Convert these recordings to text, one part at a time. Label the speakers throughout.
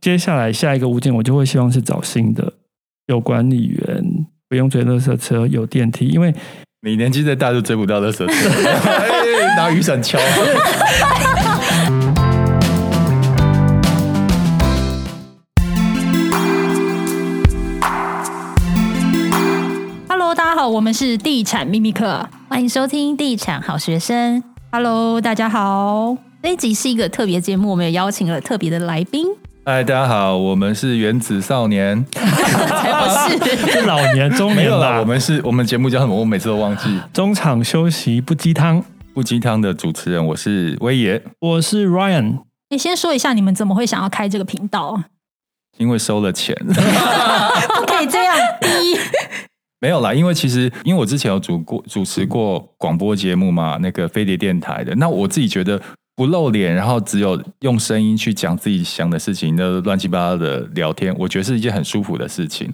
Speaker 1: 接下来下一个物件，我就会希望是找新的，有管理员，不用追垃圾车，有电梯，因为
Speaker 2: 你年纪再大就追不到的蛇， 哎拿雨伞敲。
Speaker 3: Hello，大家好，我们是地产秘密课。
Speaker 4: 欢迎收听《地产好学生》。
Speaker 3: Hello，大家好，
Speaker 4: 这一集是一个特别节目，我们有邀请了特别的来 宾，
Speaker 2: 嗨，哎大家好，我们是原子少年，
Speaker 4: 才不是
Speaker 1: 是老年、中
Speaker 2: 没
Speaker 1: 年
Speaker 2: 有啦，
Speaker 1: 啦，
Speaker 2: 我们是我们节目叫什么？我每次都忘记。
Speaker 1: 中场休息不鸡汤。
Speaker 2: 不鸡汤的主持人，我是威爷，
Speaker 1: 我是 Ryan，
Speaker 3: 你先说一下你们怎么会想要开这个频道？
Speaker 2: 因为收了钱。
Speaker 3: 不 可以这样逼。
Speaker 2: 没有啦，因为其实因为我之前有主过主持过广播节目嘛，那个飞碟电台的。那我自己觉得不露脸，然后只有用声音去讲自己想的事情，那乱七八糟的聊天，我觉得是一件很舒服的事情。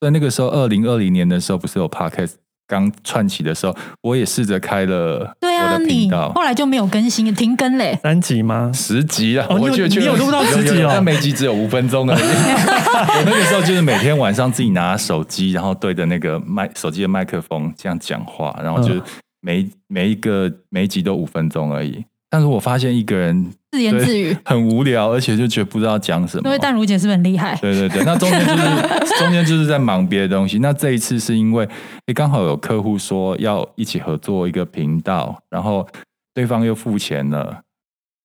Speaker 2: 所以那个时候，二零二零年的时候，不是有 podcast 刚串起的时候，我也试着开了
Speaker 3: 对
Speaker 2: 我
Speaker 3: 啊，
Speaker 2: 的频
Speaker 3: 你
Speaker 2: 道
Speaker 3: 后来就没有更新，停更嘞。
Speaker 1: 三集吗？
Speaker 2: 十集啊，
Speaker 1: 哦
Speaker 2: 我
Speaker 1: 你有
Speaker 2: 觉得
Speaker 1: 你有录到十集哦
Speaker 2: 但每集只有五分钟而已。我 那个时候就是每天晚上自己拿手机，然后对着那个麦手机的麦克风这样讲话，然后就是
Speaker 1: 嗯
Speaker 2: 每、每一个每一集都五分钟而已。但是我发现一个人
Speaker 3: 自言 自语。
Speaker 2: 很无聊，而且就觉得不知道讲什么
Speaker 3: 因为。淡如姐是不是很厉害？
Speaker 2: 对对对，那中间就是中间就是在忙别的东西。那这一次是因为，诶，刚好有客户说要一起合作一个频道，然后对方又付钱了，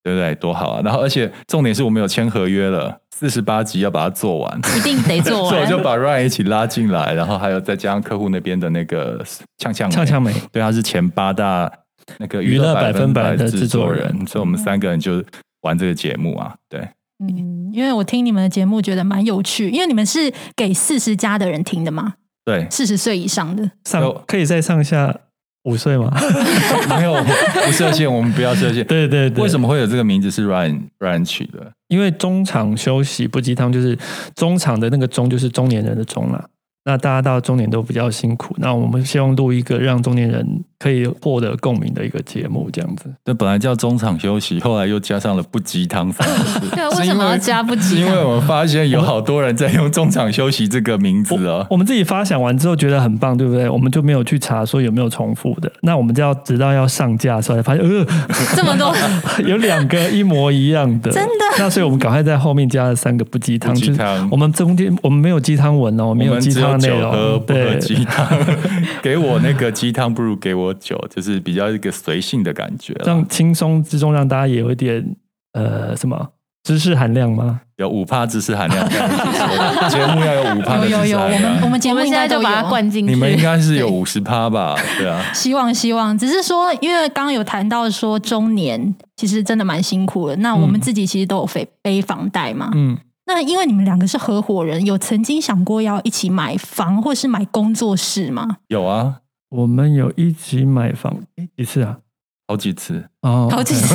Speaker 2: 对不对？多好啊！然后而且重点是我们有签合约了，四十八集要把它做完，
Speaker 4: 一定得 做
Speaker 2: 所以我
Speaker 4: 完。
Speaker 2: 就把 Ryan 一起拉进来，然后还有再加上客户那边的那个呛呛
Speaker 1: 呛呛美，
Speaker 2: 对，他是前八大那个
Speaker 1: 娱乐百分
Speaker 2: 分
Speaker 1: 百的
Speaker 2: 制
Speaker 1: 制作
Speaker 2: 作
Speaker 1: 人
Speaker 2: 人，所以我们三个人就玩这个节目啊，对。
Speaker 3: 嗯，因为我听你们的节目觉得蛮有趣，因为你们是给四十加的人听的嘛，
Speaker 2: 对，
Speaker 3: 四十岁以上的。
Speaker 1: 上
Speaker 2: 有
Speaker 1: 可以再上下五岁吗？
Speaker 2: 没有不设限，我们不要设限。
Speaker 1: 对对对，
Speaker 2: 为什
Speaker 1: 么？
Speaker 2: 么会有这个名字是 Ryan Ryan 取的？
Speaker 1: 因为中场休息不鸡汤，就是中场的那个中就是中年人的中啦。那大家到中年都比较辛苦，那我们希望录一个让中年人可以获得共鸣的一个节目，这样子。
Speaker 2: 这本来叫中场休息， 后来又加上了不鸡汤三个 字。
Speaker 4: 对，啊为什么要加不
Speaker 2: 是
Speaker 4: 及
Speaker 2: 因为我发现有好多人在用中场休息这个名字哦。
Speaker 1: 我们自己发想完之后觉得很棒，对不对？我们就没有去查说有没有重复的。那我们就要直到要上架的时候才发现，呃，
Speaker 4: 这 么多？
Speaker 1: 有两个一模一样的，
Speaker 4: 真
Speaker 1: 的。那所以我们赶快在后面加了三个不鸡汤，
Speaker 2: 不鸡汤
Speaker 1: 就是我们中间我们没有鸡汤文哦，没
Speaker 2: 我
Speaker 1: 有
Speaker 2: 们
Speaker 1: 鸡
Speaker 2: 只
Speaker 1: 汤
Speaker 2: 有
Speaker 1: 的内
Speaker 2: 酒喝，
Speaker 1: 容，
Speaker 2: 不喝鸡汤。 给我那个鸡汤，不如给我酒，就是比较一个随性的感觉啦，
Speaker 1: 让轻松之中让大家也有一点呃什么知识含量吗？
Speaker 2: 有五趴知识含量。 节目要有五趴
Speaker 3: 有
Speaker 2: 的知
Speaker 3: 有
Speaker 2: 识
Speaker 3: 有，
Speaker 2: 含
Speaker 3: 我们我
Speaker 2: 量。
Speaker 3: 们节
Speaker 4: 我
Speaker 3: 目
Speaker 4: 们现
Speaker 3: 应该
Speaker 4: 在
Speaker 3: 都
Speaker 4: 就把它
Speaker 3: 有
Speaker 4: 灌进去。
Speaker 2: 你们应该是有五十趴吧？对啊。
Speaker 3: 希望希望，只是说，因为刚刚有谈到说中年其实真的蛮辛苦的。那我们
Speaker 1: 嗯
Speaker 3: 自己其实都有背背房贷嘛。
Speaker 1: 嗯，
Speaker 3: 那因为你们两个是合伙人，有曾经想过要一起买房或是买工作室吗？
Speaker 2: 有啊，
Speaker 1: 我们有一起买房诶几次啊？
Speaker 2: 好几次
Speaker 1: 哦，
Speaker 3: 好几 次，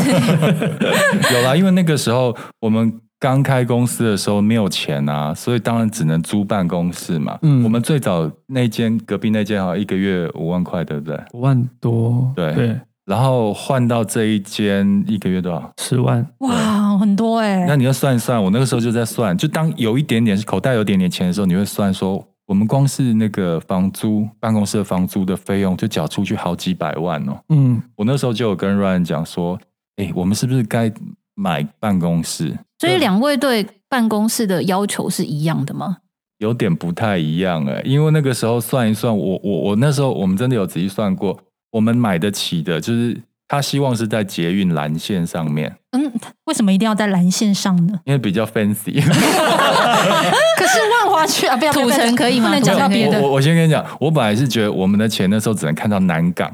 Speaker 2: 有啦，因为那个时候我们刚开公司的时候没有钱啊，所以当然只能租办公室嘛。
Speaker 1: 嗯
Speaker 2: 嗯，我们最早那间隔壁那间好像一个月五万块，对不对？
Speaker 1: 五万多，
Speaker 2: 对
Speaker 1: 对，
Speaker 2: 然后换到这一间一个月多少？
Speaker 1: 十万，
Speaker 3: 哇，很多哎、
Speaker 2: 那你要算一算，我那个时候就在算，就当有一点点口袋有点点钱的时候，你会算说，我们光是那个房租办公室的房租的费用就缴出去好几百万哦。
Speaker 1: 嗯，
Speaker 2: 我那时候就有跟 Ryan 讲说，哎，我们是不是该买办公室？
Speaker 4: 所以两位对办公室的要求是一样的吗？
Speaker 2: 有点不太一样哎、因为那个时候算一算，我我我那时候我们真的有仔细算过，我们买得起的，就是他希望是在捷运蓝线上面，
Speaker 3: 嗯，为什么一定要在蓝线上呢？
Speaker 2: 因为比较 fancy。
Speaker 3: 可是万 华区啊，不要不要
Speaker 4: 土城
Speaker 3: 不要
Speaker 4: 可以吗
Speaker 3: 不能
Speaker 4: 土
Speaker 3: 讲
Speaker 4: 城
Speaker 3: 到
Speaker 4: 可以
Speaker 3: 别
Speaker 2: 我
Speaker 3: 的
Speaker 2: 我我先跟你讲，我本来是觉得我们的钱那时候只能看到南港，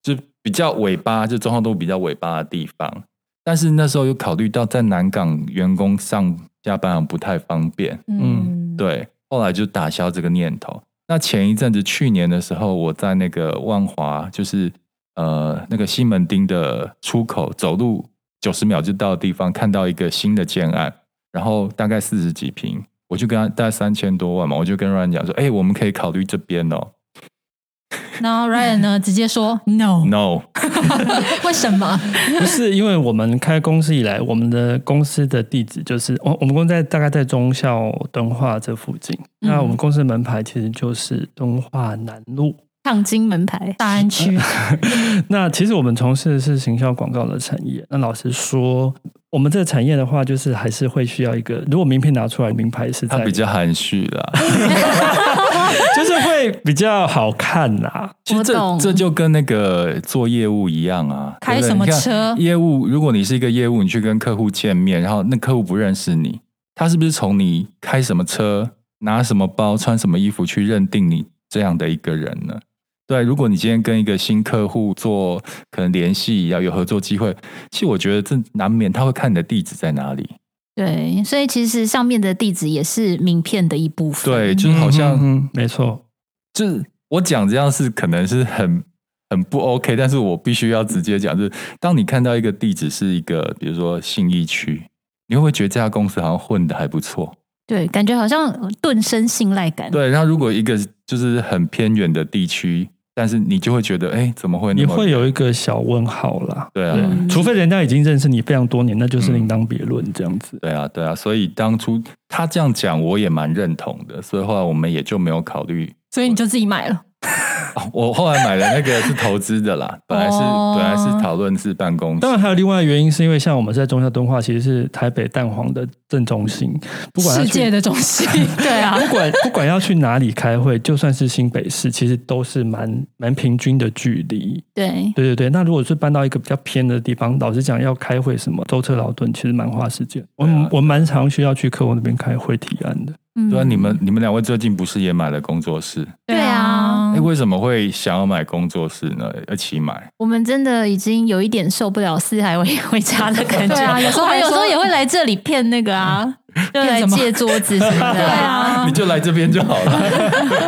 Speaker 2: 就比较尾巴，就中华东路比较尾巴的地方。但是那时候有考虑到在南港员工上下班不太方便，
Speaker 3: 嗯，
Speaker 2: 对，后来就打消这个念头。那前一阵子，去年的时候，我在那个万华，就是呃那个西门町的出口，走路九十秒就到的地方，看到一个新的建案，然后大概四十几平，我就跟他大概三千多万嘛，我就跟 Ryan 讲说，哎、我们可以考虑这边哦。
Speaker 3: 然后 Ryan 呢，直接说 no，
Speaker 2: No，
Speaker 3: 为什么？
Speaker 1: 不是因为我们开公司以来，我们的公司的地址就是我我们公司在大概在忠孝敦化这附近。
Speaker 4: 嗯
Speaker 1: 那我们公司的门牌其实就是敦化南路。
Speaker 4: 烫金门牌，
Speaker 3: 大安 区，
Speaker 1: 那其实我们从事的是行销广告的产业。那老实说，我们这个产业的话，就是还是会需要一个，如果名片拿出来，名牌是
Speaker 2: 他
Speaker 1: 在
Speaker 2: 比较含蓄啦。
Speaker 1: 就是会比较好看啦、
Speaker 2: 其实
Speaker 4: 我
Speaker 2: 这
Speaker 4: 懂
Speaker 2: 这就跟那个做业务一样啊，
Speaker 3: 开
Speaker 2: 对不对
Speaker 3: 什么
Speaker 2: 你看
Speaker 3: 车
Speaker 2: 业务，如果你是一个业务，你去跟客户见面，然后那客户不认识你，他是不是从你开什么车、拿什么包、穿什么衣服去认定你这样的一个人呢？对，如果你今天跟一个新客户做可能联系，要有合作机会，其实我觉得这难免他会看你的地址在哪里。
Speaker 4: 对，所以其实上面的地址也是名片的一部分。
Speaker 2: 对，就是好像、
Speaker 1: 嗯哼没错，
Speaker 2: 就是我讲这样是可能是很很不 OK，但是我必须要直接讲，就是当你看到一个地址是一个，比如说信义区，你会不会觉得这家公司好像混的还不错？
Speaker 4: 对，感觉好像顿生信赖感。
Speaker 2: 对，然后如果一个就是很偏远的地区，但是你就会觉得，哎，怎么会那
Speaker 1: 你
Speaker 2: 么
Speaker 1: 会有一个小问号啦。
Speaker 2: 对啊？
Speaker 4: 嗯
Speaker 1: 除非人家已经认识你非常多年，那就是另当别论这样子。
Speaker 2: 对啊，对啊，所以当初他这样讲，我也蛮认同的，所以后来我们也就没有考虑。
Speaker 3: 所以你就自己买了。
Speaker 2: 哦我后来买的那个是投资的 啦，本来是、
Speaker 3: 哦
Speaker 2: 本来是讨论是办公室，
Speaker 1: 当然还有另外的原因，是因为像我们在中孝敦化，其实是台北蛋黄的正中心，不管要
Speaker 3: 世
Speaker 1: 去
Speaker 3: 界的中心， 对啊，
Speaker 1: 不管 不管要去哪里开会，就算是新北市，其实都是蛮蛮平均的距离。
Speaker 4: 对
Speaker 1: 对对对，那如果是搬到一个比较偏的地方，老实讲，要开会什么舟车劳顿，其实蛮花时间。我
Speaker 2: 对啊
Speaker 1: 我蛮常需要去客户那边开会提案的。
Speaker 4: 嗯
Speaker 2: 对啊，你们你们两位最近不是也买了工作室？
Speaker 4: 对啊
Speaker 2: 哎、为什么会想要买工作室呢？一起买？
Speaker 4: 我们真的已经有一点受不了四海为为家的感觉。
Speaker 3: 对啊有时候
Speaker 4: 我们
Speaker 3: 还
Speaker 4: 有时候
Speaker 3: 说
Speaker 4: 也会来这里骗那个啊，就来
Speaker 3: 什么
Speaker 4: 借桌子什么的。
Speaker 3: 对，啊
Speaker 4: 嗯
Speaker 2: 你，就来这边就好 了。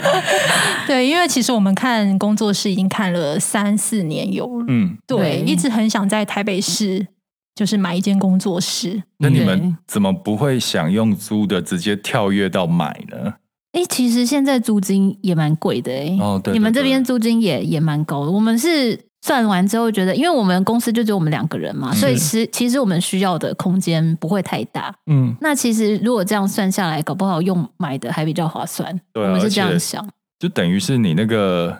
Speaker 3: 对，因为其实我们看工作室已经看了三四年有了，
Speaker 2: 嗯，
Speaker 3: 对，
Speaker 4: 对
Speaker 3: 一直很想在台北市就是买一间工作室，
Speaker 2: 那你
Speaker 4: 对
Speaker 2: 们怎么不会想用租的直接跳跃到买呢？
Speaker 4: 哎、其实现在租金也蛮贵的哎、
Speaker 2: 哦对对
Speaker 4: 你们这
Speaker 2: 对
Speaker 4: 边租金也也蛮高的。我们是算完之后觉得，因为我们公司就只有我们两个人
Speaker 3: 嗯
Speaker 4: 嘛，所以其其实我们需要的空间不会太大。
Speaker 1: 嗯，
Speaker 4: 那其实如果这样算下来，搞不好用买的还比较划算。
Speaker 2: 对啊
Speaker 4: 我们是这
Speaker 2: 而
Speaker 4: 样
Speaker 2: 且
Speaker 4: 想。
Speaker 2: 就等于是你那个，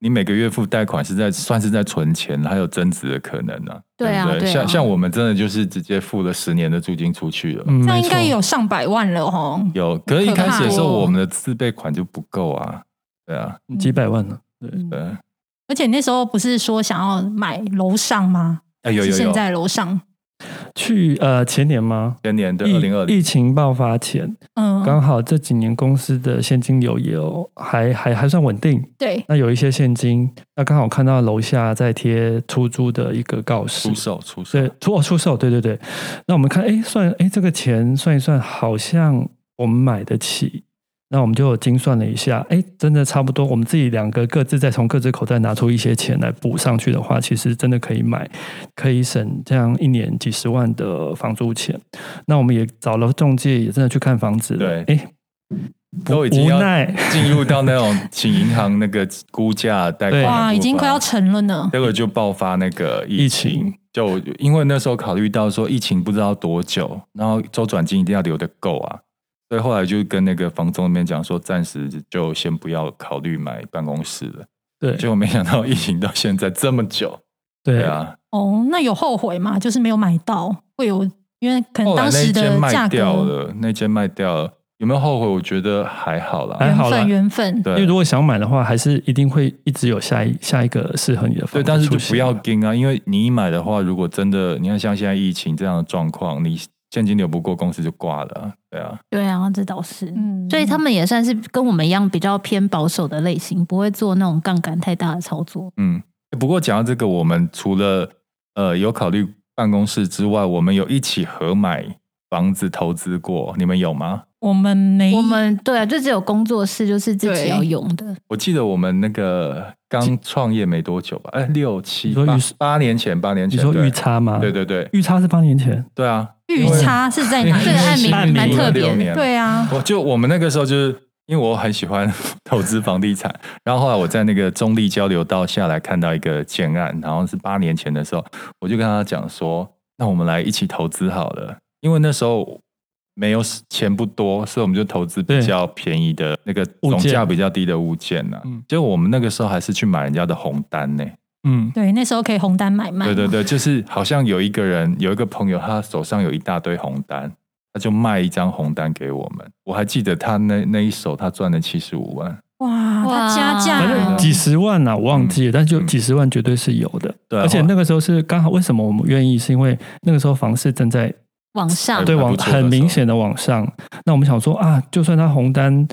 Speaker 2: 你每个月付贷款是在算是在存钱，还有增值的可能呢、
Speaker 4: 对啊
Speaker 2: 不对？
Speaker 4: 对啊
Speaker 2: 像像我们真的就是直接付了十年的租金出去了。
Speaker 1: 嗯
Speaker 3: 那应该
Speaker 1: 没错
Speaker 3: 有上百万了哦。
Speaker 2: 有，可是一
Speaker 3: 可
Speaker 2: 开始的时候，
Speaker 3: 怕哦
Speaker 2: 我们的自备款就不够啊。对啊，
Speaker 1: 几百万呢、
Speaker 2: 对。啊
Speaker 3: 而且你那时候不是说想要买楼上吗？
Speaker 2: 哎，有有
Speaker 3: 是现
Speaker 2: 有，
Speaker 3: 在楼上，
Speaker 1: 去呃前年吗？
Speaker 2: 前年的
Speaker 1: 疫
Speaker 2: 二零二零，
Speaker 1: 疫情爆发前，
Speaker 3: 嗯，
Speaker 1: 刚好这几年公司的现金流也有还还还算稳定。
Speaker 3: 对，
Speaker 1: 那有一些现金，那刚好看到楼下在贴出租的一个告示
Speaker 2: 出，售出售
Speaker 1: 对，，出哦出售，对对对。那我们看，哎，算，哎，这个钱算一算，好像我们买得起。那我们就精算了一下，哎，真的差不多。我们自己两个各自再从各自口袋拿出一些钱来补上去的话，其实真的可以买，可以省这样一年几十万的房租钱。那我们也找了中介，也真的去看房子了。
Speaker 2: 对
Speaker 1: 哎，
Speaker 2: 都已经
Speaker 1: 无
Speaker 2: 要
Speaker 1: 奈，
Speaker 2: 进入到那种请银行那个估价贷款
Speaker 1: 对
Speaker 2: 的部分，
Speaker 3: 哇，已经快要成了呢。
Speaker 2: 结果就爆发那个疫
Speaker 1: 疫
Speaker 2: 情。
Speaker 1: 情
Speaker 2: 就因为那时候考虑到说疫情不知道多久，然后周转金一定要留的够啊，所以后来就跟那个房东那边讲说，暂时就先不要考虑买办公室了。
Speaker 1: 对
Speaker 2: 结果没想到疫情到现在这么久，
Speaker 1: 对
Speaker 2: 对，啊，
Speaker 3: 哦，那有后悔吗？就是没有买到，会有因为可能
Speaker 2: 后来
Speaker 3: 当
Speaker 2: 那
Speaker 3: 时
Speaker 2: 间
Speaker 3: 的
Speaker 2: 卖
Speaker 3: 价
Speaker 2: 掉
Speaker 3: 格
Speaker 2: 了，那间卖掉了，有没有后悔？我觉得还好啦，
Speaker 1: 还
Speaker 3: 缘
Speaker 1: 好啦
Speaker 3: 分缘分，
Speaker 1: 因为
Speaker 2: 对
Speaker 1: 如果想买的话，还是一定会一直有下一下一个适合你的房
Speaker 2: 对，
Speaker 1: 子
Speaker 2: 但是就
Speaker 1: 出
Speaker 2: 不
Speaker 1: 现
Speaker 2: 要盯啊，因为你一买的话，如果真的你看像现在疫情这样的状况，你现金流不够，公司就挂了啊，对啊。
Speaker 4: 对啊，这倒是。
Speaker 3: 嗯，
Speaker 4: 所以他们也算是跟我们一样比较偏保守的类型，不会做那种杠杆太大的操作。
Speaker 2: 嗯，不过讲到这个，我们除了呃有考虑办公室之外，我们有一起合买房子投资过，你们有吗？
Speaker 3: 我们没
Speaker 4: 我们对啊，就只有工作室就是自
Speaker 3: 对
Speaker 4: 己要用的。
Speaker 2: 我记得我们那个刚创业没多久吧，哎，六七
Speaker 1: 你说
Speaker 2: 八
Speaker 1: 预售
Speaker 2: 八年前，八年
Speaker 1: 你
Speaker 2: 前，
Speaker 1: 说
Speaker 2: 对
Speaker 1: 预，差吗？
Speaker 2: 对对对
Speaker 1: 预差是八年前，
Speaker 2: 对啊，
Speaker 3: 预差是在哪
Speaker 2: 因为
Speaker 3: 里？
Speaker 4: 这个案名
Speaker 1: 案名
Speaker 4: 蛮特别的
Speaker 2: 16年
Speaker 3: 对啊，
Speaker 2: 我就我们那个时候就是。因为我很喜欢 投资房地产，然后后来我在那个中立交流道下来看到一个建案，然后是八年前的时候，我就跟他讲说，那我们来一起投资好了，因为那时候没有钱不多，所以我们就投资比
Speaker 1: 对
Speaker 2: 较便宜的那个
Speaker 1: 物
Speaker 2: 总
Speaker 1: 件
Speaker 2: 价比较低的物件呢、
Speaker 1: 嗯
Speaker 2: 结果我们那个时候还是去买人家的红单呢、
Speaker 1: 嗯，
Speaker 3: 对，那时候可以红单买卖，
Speaker 2: 对对对，就是好像有一个人，有一个朋友，他手上有一大堆红单，他就卖一张红单给我们。我还记得他那那一手，他赚了七十五万。
Speaker 3: 哇，
Speaker 4: 哇
Speaker 3: 它加价
Speaker 1: 反正
Speaker 3: 哦，
Speaker 1: 几十万啊呐、我忘记了，但就几十万绝对是有的。
Speaker 2: 嗯对啊
Speaker 1: 而且那个时候是刚好，为什么我们愿意？是因为那个时候房市正在
Speaker 4: 往上
Speaker 2: 还
Speaker 1: 对
Speaker 2: 蛮
Speaker 1: 往
Speaker 2: 不错的
Speaker 1: 很明显的往上。那我们想说啊，就算它红单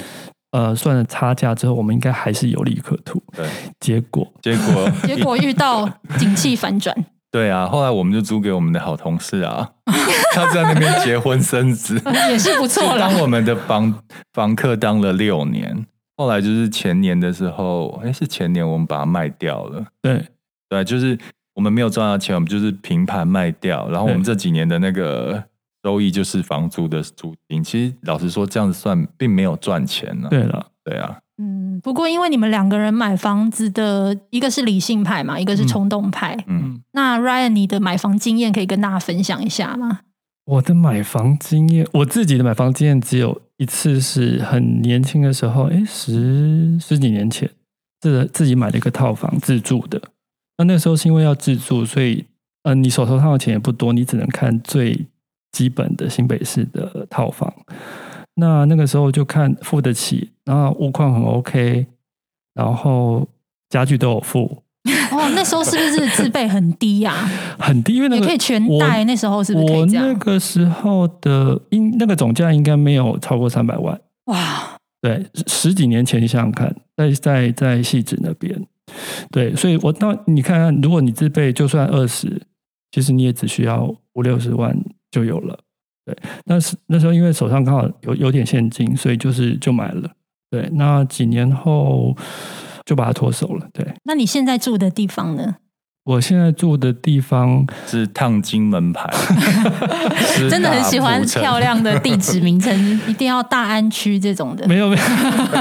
Speaker 1: 呃算了差价之后，我们应该还是有利可图。
Speaker 2: 对，
Speaker 1: 结果
Speaker 2: 结果
Speaker 3: 结果遇到景气反转，
Speaker 2: 对啊，后来我们就租给我们的好同事啊， 他在那边结婚生子，
Speaker 3: 也是不错啦。
Speaker 2: 当我们的房房客当了六年。后来就是前年的时候，哎，是前年我们把它卖掉了。
Speaker 1: 对
Speaker 2: 对，就是我们没有赚到钱，我们就是平盘卖掉，然后我们
Speaker 1: 对
Speaker 2: 这几年的那个收益就是房租的租金。其实老实说，这样子算并没有赚钱呢、
Speaker 1: 对了，
Speaker 2: 对啊，
Speaker 3: 嗯，不过因为你们两个人买房子的一个是理性派嘛，一个是冲动派。
Speaker 2: 嗯，
Speaker 3: 那 Ryan，你的买房经验可以跟大家分享一下吗？
Speaker 1: 我的买房经验，我自己的买房经验只有一次，是很年轻的时候，哎，十十几年前，自自己买了一个套房自住的。那那时候是因为要自住，所以呃，你手头上的钱也不多，你只能看最基本的新北市的套房。那那个时候就看付得起，然后物况很 OK，然后家具都有付，
Speaker 3: 哦，那时候是不是自备很低呀、
Speaker 1: 很低，因 为那
Speaker 3: 也
Speaker 1: 个
Speaker 3: 可以全
Speaker 1: 我
Speaker 3: 贷，那时候是不是可以
Speaker 1: 我
Speaker 3: 这样？
Speaker 1: 那个时候的应那个总价应该没有超过三百万。
Speaker 3: 哇，
Speaker 1: 对，十几年前你想想看，在在在戏子那边，对，所以我那你看看，如果你自备就算二十，其实你也只需要五六十万就有了。对，那是那时候因为手上刚好有有点现金，所以就是就买了。对，那几年后就把它脱手了。对
Speaker 3: 那你现在住的地方呢？
Speaker 1: 我现在住的地方，
Speaker 2: 是烫金 门牌，师
Speaker 4: 真的很
Speaker 2: 大
Speaker 4: 喜欢
Speaker 2: 浦城
Speaker 4: 漂亮的地址名称，
Speaker 3: 一定要大安区这种 的，
Speaker 1: 没有没有。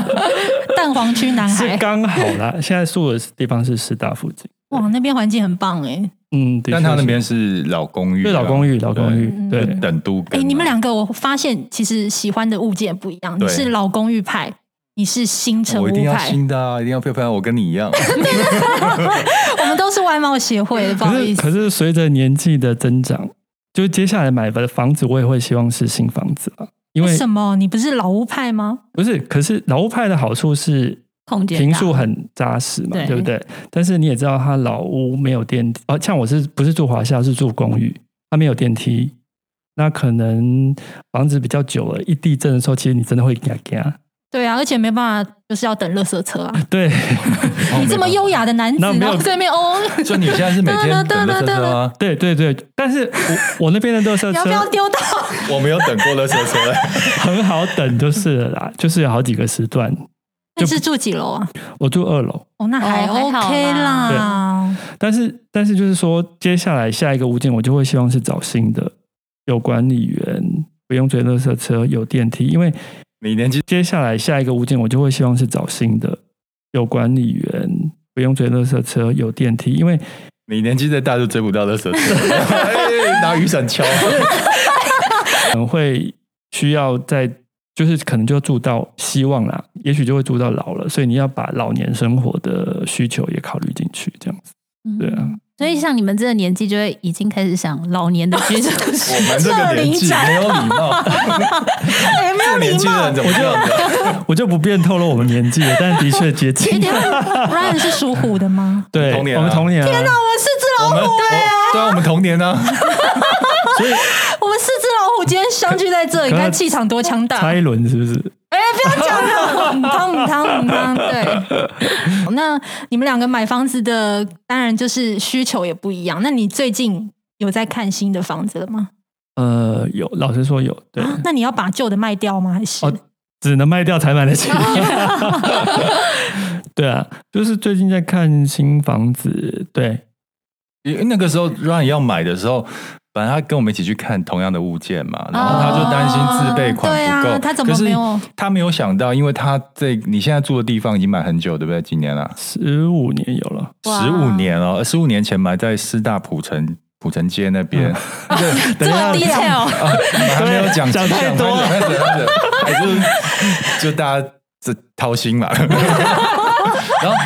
Speaker 3: 蛋黄区男
Speaker 1: 是
Speaker 3: 孩，
Speaker 1: 刚好啦。现在住的地方是师大附近，
Speaker 3: 哇，那边环境很棒哎、
Speaker 1: 嗯，的
Speaker 2: 但
Speaker 1: 确
Speaker 2: 他那
Speaker 1: 是
Speaker 2: 边是老公寓啊，
Speaker 1: 对老公寓，老公寓
Speaker 3: 嗯
Speaker 1: 对
Speaker 3: 嗯
Speaker 2: 等都跟
Speaker 3: 哎、
Speaker 2: 啊
Speaker 3: 你们两个，我发现其实喜欢的物件不一样。你
Speaker 2: 对
Speaker 3: 是老公寓派，你是新城
Speaker 2: 哦我
Speaker 3: 屋
Speaker 2: 一定要
Speaker 3: 派，啊
Speaker 2: 新的啊，一定要漂漂亮，我跟你一样。
Speaker 3: 我们都是外貌协会，不
Speaker 1: 可
Speaker 3: 好
Speaker 1: 是
Speaker 3: 意思
Speaker 1: 可。是随着年纪的增长，就接下来买的房子，我也会希望是新房子了，因为
Speaker 3: 为什么你不是老屋派吗？
Speaker 1: 不是，可是老屋派的好处是
Speaker 4: 空间
Speaker 1: 平
Speaker 4: 大
Speaker 1: 数很扎实嘛，
Speaker 4: 对
Speaker 1: 对不对？但是你也知道，它老屋没有电梯，哦，像我是不是住华夏，是住公寓，它没有电梯。那可能房子比较久了，一地震的时候，其实你真的会嘎嘎。
Speaker 3: 对啊，而且没办法，就是要等垃圾车啊！
Speaker 1: 对，
Speaker 2: 哦
Speaker 3: 你这么优雅的男子，
Speaker 1: 那没有
Speaker 3: 然后在那边哦，
Speaker 2: 就你现在是每天等垃圾车吗？
Speaker 1: 对对对，但是我我那边的垃圾车
Speaker 3: 你要不要丢 到？
Speaker 2: 我没有等过垃圾车，
Speaker 1: 很好等就是了啦， 就是有好几个时段。
Speaker 3: 你是住几楼啊？
Speaker 1: 我住二楼，
Speaker 3: 哦，那还
Speaker 4: 哦还好
Speaker 3: OK
Speaker 4: 啦
Speaker 3: 啦。
Speaker 1: 但是但是就是说，接下来下一个物件，我就会希望是找新的，有管理员，不用追垃圾车，有电梯。因为
Speaker 2: 你年纪
Speaker 1: 接下来下一个物件，我就会希望是找新的，有管理员，不用追垃圾车，有电梯。因为
Speaker 2: 你年纪再大就追不到垃圾车，哎拿雨伞敲。
Speaker 1: 可能会需要在，就是可能就住到希望啦，也许就会住到老了，所以你要把老年生活的需求也考虑进去，这样子。对啊
Speaker 4: 嗯所以像你们这个年纪，就会已经开始想老年的 居住
Speaker 2: 我们这个年纪没有礼貌，
Speaker 3: 哎，没
Speaker 2: 这
Speaker 3: 有
Speaker 2: 个年
Speaker 3: 礼
Speaker 2: 纪的
Speaker 3: 貌
Speaker 2: 人。怎么这样的？
Speaker 1: 我就不便透露我们年纪了，但的确接
Speaker 3: 哎，
Speaker 1: 近。
Speaker 3: 等一下 Ryan 是属虎的吗？
Speaker 1: 对，
Speaker 2: 同年啊
Speaker 1: 我们同年、啊。天哪，
Speaker 3: 我们四只
Speaker 2: 我们我对啊，我们童年呢，
Speaker 3: 老，我们四只老虎今天相聚在这里，
Speaker 1: 可
Speaker 3: 你看气场多强大！
Speaker 1: 差一轮是不是？
Speaker 3: 哎， 不要讲了，母汤母汤母汤。对，那你们两个买房子的，当然就是需求也不一样。那你最近有在看新的房子了吗？
Speaker 1: 呃，有，老实说有，对，
Speaker 3: 那你要把旧的卖掉吗？还是、
Speaker 1: 哦只能卖掉才买得 起。对啊，就是最近在看新房子，对，
Speaker 2: 那个时候 Run 要买的时候。反正他跟我们一起去看同样的物件嘛，然后他就担心自备款
Speaker 3: 哦对啊
Speaker 2: 不够，
Speaker 3: 他怎么没有
Speaker 2: 可是他没有想到，因为他在你现在住的地方已经买很久，对不对？几年了？
Speaker 1: 十五年有了，
Speaker 4: 哇
Speaker 2: 十五年了，十五年前买在师大浦城浦城街那边，
Speaker 3: 嗯
Speaker 4: 这么 detail，
Speaker 2: 还没有讲
Speaker 1: 讲太多了
Speaker 2: 拍手拍手拍手还是就大家这掏心嘛。然后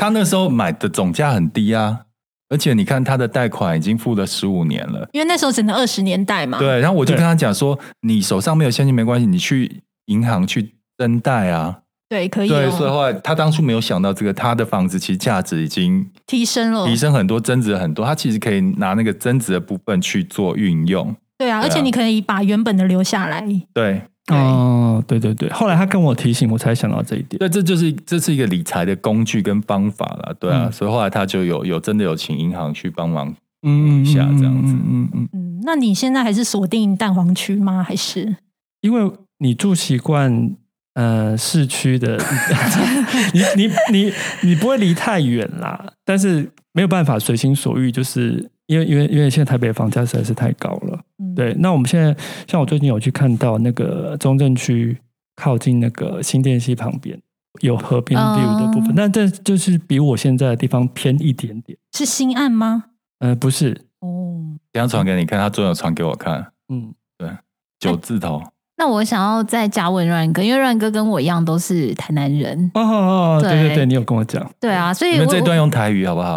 Speaker 2: 他那时候买的总价很低啊，而且你看他的贷款已经付了十五年了，
Speaker 3: 因为那时候只能二十年代嘛。
Speaker 2: 对。然后我就
Speaker 1: 对
Speaker 2: 跟他讲说，你手上没有现金没关系，你去银行去增贷啊。
Speaker 3: 对，可以
Speaker 2: 对，所以
Speaker 3: 哦，
Speaker 2: 后来他当初没有想到这个，他的房子其实价值已经
Speaker 3: 提升了
Speaker 2: 提。升很多，增值很多，他其实可以拿那个增值的部分去做运用。
Speaker 3: 对啊，而嗯且你可以把原本的留下来。
Speaker 2: 对，
Speaker 1: 哦，对对对，后来他跟我提醒，我才想到这一点。
Speaker 2: 对，这就是这是一个理财的工具跟方法啦，对啊，
Speaker 1: 嗯
Speaker 2: 所以后来他就有有真的有请银行去帮忙，
Speaker 1: 嗯
Speaker 2: 一下这样子
Speaker 1: 嗯嗯嗯嗯，
Speaker 3: 嗯，那你现在还是锁定蛋黄区吗？还是
Speaker 1: 因为你住习惯呃市区的， 你你你你不会离太远啦，但是没有办法随心所欲，就是因为因为因为现在台北房价实在是太高了。
Speaker 3: 嗯
Speaker 1: 对，那我们现在像我最近有去看到那个中正区靠近那个新店溪旁边有河边 view 的部分，
Speaker 4: 嗯
Speaker 1: 但这就是比我现在的地方偏一点点。
Speaker 3: 是新案吗？
Speaker 1: 呃，不是，
Speaker 3: 哦，
Speaker 2: 等一下传给你看，他昨天有传给我看，
Speaker 1: 嗯，
Speaker 2: 九字头，
Speaker 4: 那我想要再加问阮哥，因为阮哥跟我一样都是台南人，
Speaker 1: 哦哦哦，对对
Speaker 4: 对
Speaker 1: 对，你有跟我讲，
Speaker 4: 对啊，所
Speaker 2: 你
Speaker 4: 以
Speaker 2: 们
Speaker 4: 我
Speaker 2: 这一段用台语好不好？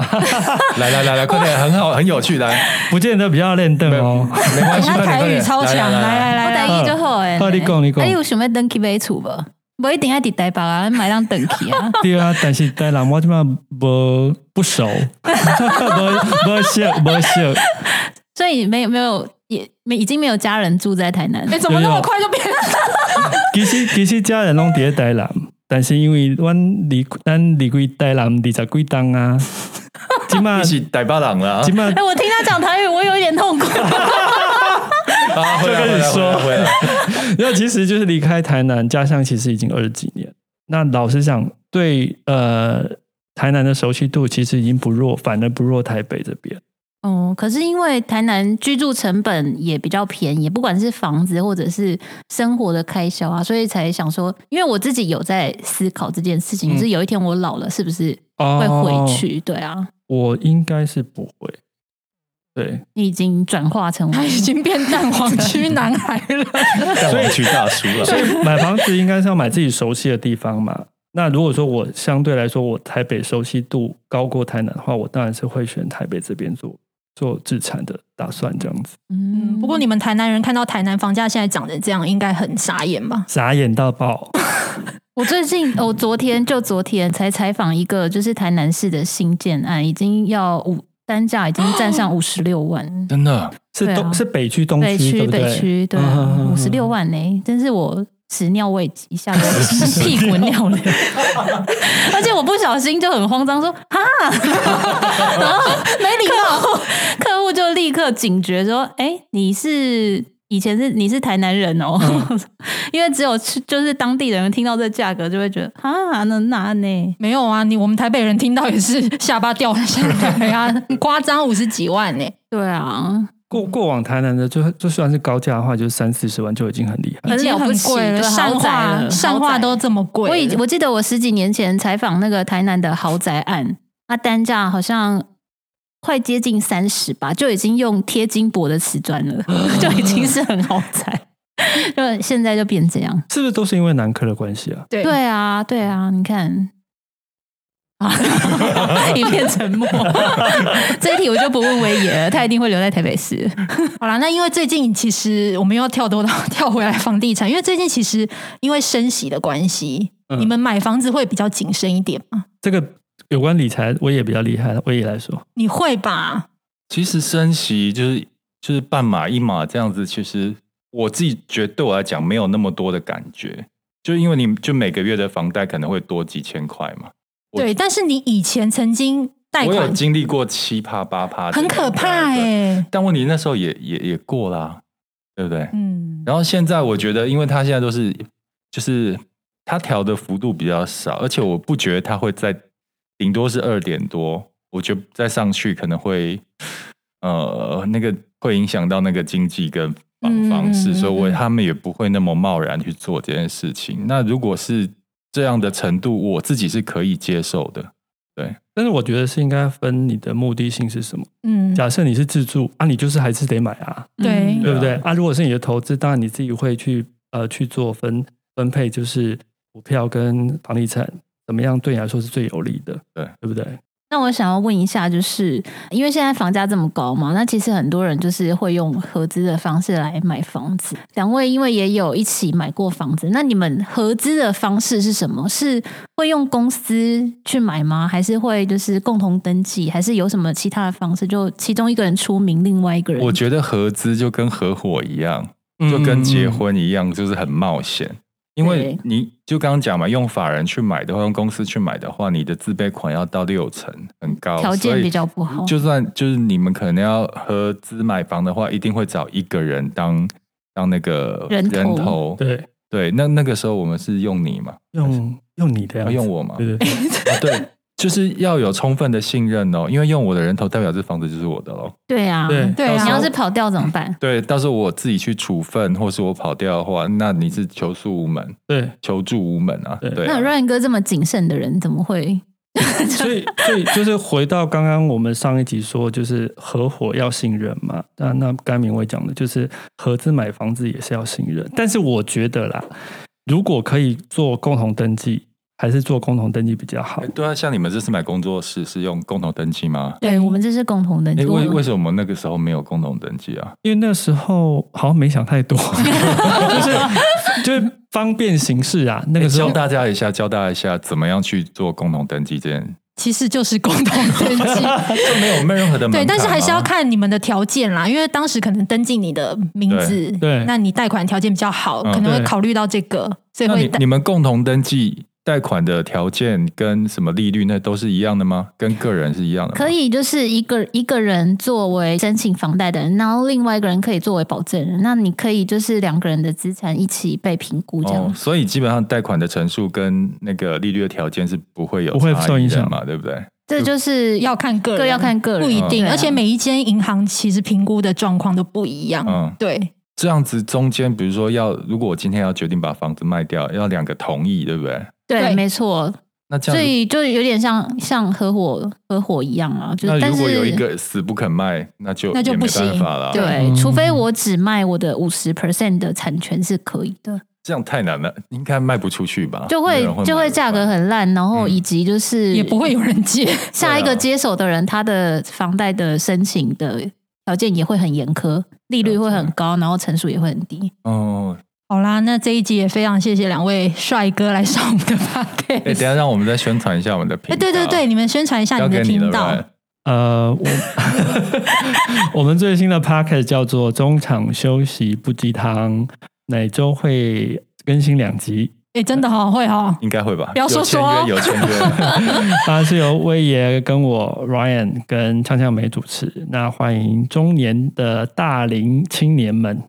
Speaker 2: 来来来来，快点，很好，很有趣，来，
Speaker 1: 不见得比较练凳
Speaker 2: 没
Speaker 1: 哦。
Speaker 2: 没关系，
Speaker 3: 他
Speaker 2: 快点
Speaker 3: 台
Speaker 2: 快
Speaker 3: 语
Speaker 2: 点
Speaker 3: 超强，哦来来
Speaker 4: 我
Speaker 3: 来
Speaker 4: 台
Speaker 3: 来，
Speaker 4: 语就好诶。
Speaker 1: 好你讲你讲
Speaker 4: 啊，有想要登去买厝无？无一定爱伫台北啊，咱买当登去啊。
Speaker 1: 对啊，但是在人我即码无不熟，无无熟无熟，
Speaker 4: 所以没有没有也没已经没有家人住在台南。
Speaker 3: 哎，怎么那么快就变？
Speaker 1: 其实其实家人拢伫咧台南，但是因为阮离咱离开台南二十几冬啊，即码
Speaker 2: 一起逮巴郎了啊
Speaker 1: 即！码
Speaker 4: 哎、我听他讲台语，我有一点 痛苦。
Speaker 2: 啊，回来
Speaker 1: 就跟你
Speaker 2: 回来
Speaker 1: 说
Speaker 2: 回来回来
Speaker 1: 那其实就是离开台南家乡，其实已经二十几年。那老实讲，对呃台南的熟悉度其实已经不弱，反而不弱台北这边。
Speaker 4: 哦，可是因为台南居住成本也比较便宜，不管是房子或者是生活的开销啊，所以才想说，因为我自己有在思考这件事情，
Speaker 1: 嗯
Speaker 4: 就是有一天我老了，是不是会回去？对啊，
Speaker 1: 哦我应该是不会。对，
Speaker 4: 你已经转化成
Speaker 3: 他
Speaker 4: 为
Speaker 3: 已经变蛋黄区男孩了。
Speaker 2: 蛋黄区大叔了，
Speaker 1: 所以 买房子应该是要买自己熟悉的地方嘛。那如果说我相对来说我台北熟悉度高过台南的话，我当然是会选台北这边做做自产的打算，这样子
Speaker 4: 嗯
Speaker 3: 嗯，不过你们台南人看到台南房价现在涨成这样，应该很傻眼吧？
Speaker 1: 傻眼到爆。
Speaker 4: 我最近，我昨天就昨天才采访一个，就是台南市的新建案，已经要五单价已经站上五十六万，
Speaker 2: 真的，
Speaker 1: 是
Speaker 4: 对啊
Speaker 1: 东、是北区东
Speaker 4: 北
Speaker 1: 区
Speaker 4: 区
Speaker 1: 对不对
Speaker 4: 北区对啊
Speaker 1: 嗯嗯嗯嗯
Speaker 4: 五十六万呢、真是我始料未及，一下就 屁滚尿流， 而且我不小心就很慌张说哈， 然后没礼貌，客户就立刻警觉说，哎、你是。以前是你是台南人哦，
Speaker 1: 嗯
Speaker 4: 因为只有去就是当地人听到这价格就会觉得啊，那那呢？
Speaker 3: 没有啊，你我们台北人听到也是下巴掉下来啊，很 夸张五十几万呢、
Speaker 4: 对啊，
Speaker 1: 过过往台南的就就算是高价的话，就是三四十万就已经很厉害。
Speaker 4: 很
Speaker 3: 已经
Speaker 4: 了不
Speaker 3: 很
Speaker 4: 起
Speaker 3: 贵了，
Speaker 4: 对
Speaker 3: 善
Speaker 4: 豪宅
Speaker 3: 化
Speaker 4: 了
Speaker 3: 善
Speaker 4: 豪
Speaker 3: 化
Speaker 4: 宅
Speaker 3: 都这么贵了。
Speaker 4: 我以我记得我十几年前采访那个台南的豪宅案，那单价好像快接近三十吧，就已经用贴金箔的瓷砖了，就已经是很豪宅。 就现在就变这样，
Speaker 1: 是不是都是因为南科的关系啊？
Speaker 3: 对
Speaker 4: 对啊，对啊，你看， 啊，一片沉默。 这一题我就不问威爷了，他一定会留在台北市。
Speaker 3: 好啦，那因为最近其实我们又要跳多到跳回来房地产，因为最近其实因为升息的关系，
Speaker 1: 嗯
Speaker 3: 你们买房子会比较谨慎一点吗？
Speaker 1: 这个有关理财，我也比较厉害。我也来说，
Speaker 3: 你会吧？
Speaker 2: 其实升息就是就是半马一马这样子，其实我自己觉得对我来讲没有那么多的感觉，就因为你就每个月的房贷可能会多几千块嘛。我
Speaker 3: 对，但是你以前曾经贷
Speaker 2: 我有
Speaker 3: 款
Speaker 2: 经历过七趴八趴，
Speaker 3: 很可怕哎、
Speaker 2: 对但问题那时候也也也过啦、对不对？
Speaker 3: 嗯，
Speaker 2: 然后现在我觉得，因为他现在都是就是他调的幅度比较少，而且我不觉得他会在顶多是二点多，我觉得再上去可能会呃那个会影响到那个经济跟
Speaker 3: 嗯
Speaker 2: 方方式，
Speaker 3: 嗯
Speaker 2: 所以我
Speaker 3: 嗯
Speaker 2: 他们也不会那么贸然去做这件事情。那如果是这样的程度，我自己是可以接受的。
Speaker 1: 但是我觉得是应该分你的目的性是什么。
Speaker 3: 嗯，
Speaker 1: 假设你是自住啊，你就是还是得买啊，
Speaker 3: 对
Speaker 1: 对不对
Speaker 2: 对啊
Speaker 1: 啊？如果是你的投资，当然你自己会去呃去做分分配，就是股票跟房地产怎么样对你来说是最有利的，
Speaker 2: 对
Speaker 1: 对不对？
Speaker 4: 那我想要问一下，就是因为现在房价这么高嘛，那其实很多人就是会用合资的方式来买房子。两位因为也有一起买过房子，那你们合资的方式是什么？是会用公司去买吗？还是会就是共同登记？还是有什么其他的方式？就其中一个人出名，另外一个人
Speaker 2: 我觉得合资就跟合伙一样，就
Speaker 1: 嗯
Speaker 2: 跟结婚一样，就是很冒险。因为
Speaker 4: 嗯对
Speaker 2: 你就刚刚讲嘛，用法人去买的话，用公司去买的话，你的自备款要到六成，很高，
Speaker 4: 条
Speaker 2: 所
Speaker 4: 件
Speaker 2: 以
Speaker 4: 比较不好。
Speaker 2: 就算就是你们可能要合资买房的话，一定会找一个人当当那个
Speaker 4: 人头
Speaker 1: 对，
Speaker 2: 对，那那个时候我们是用你嘛，
Speaker 1: 用用你的样
Speaker 2: 要
Speaker 1: 子，
Speaker 2: 哦用我嘛，
Speaker 1: 对对对，
Speaker 2: 啊对，就是要有充分的信任哦，因为用我的人头代表这房子就是我的喽。
Speaker 4: 对啊，
Speaker 1: 对
Speaker 3: 对
Speaker 2: 到
Speaker 4: 你
Speaker 2: 时
Speaker 3: 啊
Speaker 2: 候
Speaker 4: 要是跑掉怎么办？
Speaker 2: 对，到时候我自己去处分，或是我跑掉的话，那你是求诉无门，
Speaker 1: 对，
Speaker 2: 求助无门啊。
Speaker 1: 对
Speaker 2: 对啊
Speaker 4: 那 Ryan 哥这么谨慎的人，怎么会？
Speaker 1: 所以所以就是回到刚刚我们上一集说，就是合伙要信任嘛。那那甘明伟讲的就是合资买房子也是要信任，但是我觉得啦，如果可以做共同登记，还是做共同登记比较好
Speaker 2: 哎。对啊，像你们这次买工作室是用共同登记吗？
Speaker 4: 对我们这是共同登
Speaker 2: 哎，
Speaker 4: 记。
Speaker 2: 为
Speaker 4: 我
Speaker 2: 为什么那个时候没有共同登记啊？
Speaker 1: 因为那时候好像没想太 多，就是就是方便行事啊。那
Speaker 2: 哎
Speaker 1: 个时
Speaker 2: 教
Speaker 1: 候，
Speaker 2: 大家一下，教大家一下怎么样去做共同登记这件
Speaker 3: 其实就是共同登 记。
Speaker 2: 就没有没有任何的门槛
Speaker 3: 对，
Speaker 2: 吗
Speaker 3: 但是还是要看你们的条件啦，因为当时可能登记你的名字，
Speaker 1: 对
Speaker 3: 那你贷款条件比较好，
Speaker 2: 嗯
Speaker 3: 可能会
Speaker 1: 对
Speaker 3: 考虑到这个，所以
Speaker 2: 那
Speaker 3: 会
Speaker 2: 你
Speaker 3: 贷
Speaker 2: 你们共同登记贷款的条件跟什么利率那都是一样的吗？跟个人是一样的吗？
Speaker 4: 可以就是一个一个人作为申请房贷的人，然后另外一个人可以作为保证人。那你可以就是两个人的资产一起被评估这样。
Speaker 2: 哦，所以基本上贷款的成数跟那个利率的条件是不会有
Speaker 1: 不会
Speaker 2: 差异的
Speaker 1: 受影响
Speaker 2: 嘛，对不对？
Speaker 4: 这就是
Speaker 3: 要看个
Speaker 4: 各
Speaker 3: 人，
Speaker 4: 要看个人
Speaker 3: 不一定，
Speaker 4: 对啊
Speaker 3: 而且每一间银行其实评估的状况都不一样。
Speaker 2: 嗯，
Speaker 3: 对，
Speaker 2: 这样子中间比如说要，如果我今天要决定把房子卖掉，要两个同意，对不对？
Speaker 4: 对，
Speaker 3: 对
Speaker 4: 没错，
Speaker 2: 那这
Speaker 4: 所
Speaker 2: 样子，
Speaker 4: 以就有点像像合伙合伙一样啊，就是
Speaker 2: 那
Speaker 4: 但
Speaker 2: 如
Speaker 4: 是
Speaker 2: 果有一个死不肯卖，那就
Speaker 3: 那就
Speaker 2: 也
Speaker 3: 不
Speaker 2: 没
Speaker 3: 行
Speaker 2: 办法了。
Speaker 4: 对，
Speaker 1: 嗯
Speaker 4: 除非我只卖我的五十 percent 的产权是可以的，
Speaker 2: 这样太难了，应该卖不出去吧？
Speaker 4: 就
Speaker 2: 没
Speaker 4: 会
Speaker 2: 啊有人买
Speaker 4: 就会
Speaker 2: 吧
Speaker 4: 价格很烂，然后以及就是
Speaker 3: 也不会有人接。
Speaker 4: 下一
Speaker 2: 对
Speaker 4: 个
Speaker 2: 啊
Speaker 4: 接手的人，他的房贷的申请的条件也会很严苛，利率会很高，然后成数也会很低。
Speaker 2: 哦。
Speaker 3: 好啦，那这一集也非常谢谢两位帅哥来上我们的
Speaker 2: 哎，
Speaker 3: podcast。
Speaker 2: 等一下让我们再宣传一下我们的频道。
Speaker 3: 哎，对对对，你们宣传一下
Speaker 2: 交
Speaker 3: 你
Speaker 2: 给
Speaker 3: 的
Speaker 2: 你
Speaker 3: 频
Speaker 2: 了
Speaker 3: 道。
Speaker 2: Ryan
Speaker 1: 呃，我 我们最新的 p o c a s t 叫做《中场休息不鸡汤》，每周会更新两集。
Speaker 3: 哎，真的好会哦，
Speaker 2: 应该会吧？
Speaker 3: 不要说说哦
Speaker 2: 有签约，有签约。
Speaker 1: 它是由威爷跟我 Ryan 跟呛呛梅主持。那欢迎中年的大龄青年们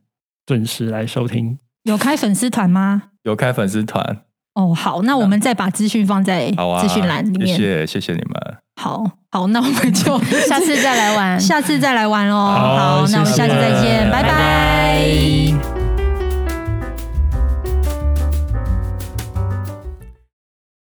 Speaker 1: 准时来收听。
Speaker 3: 有开粉丝团吗？
Speaker 2: 有开粉丝团，
Speaker 3: 哦，好，那我们再把资讯放在
Speaker 2: 好啊，
Speaker 3: 资讯栏里面。
Speaker 2: 谢谢谢谢你们，
Speaker 3: 好好，那我们就
Speaker 4: 下次再来玩，
Speaker 3: 下次再来玩哦。好，
Speaker 1: 好
Speaker 3: 那我
Speaker 1: 谢
Speaker 3: 们
Speaker 1: 谢
Speaker 3: 下次再见，
Speaker 1: 拜
Speaker 3: 拜
Speaker 4: 拜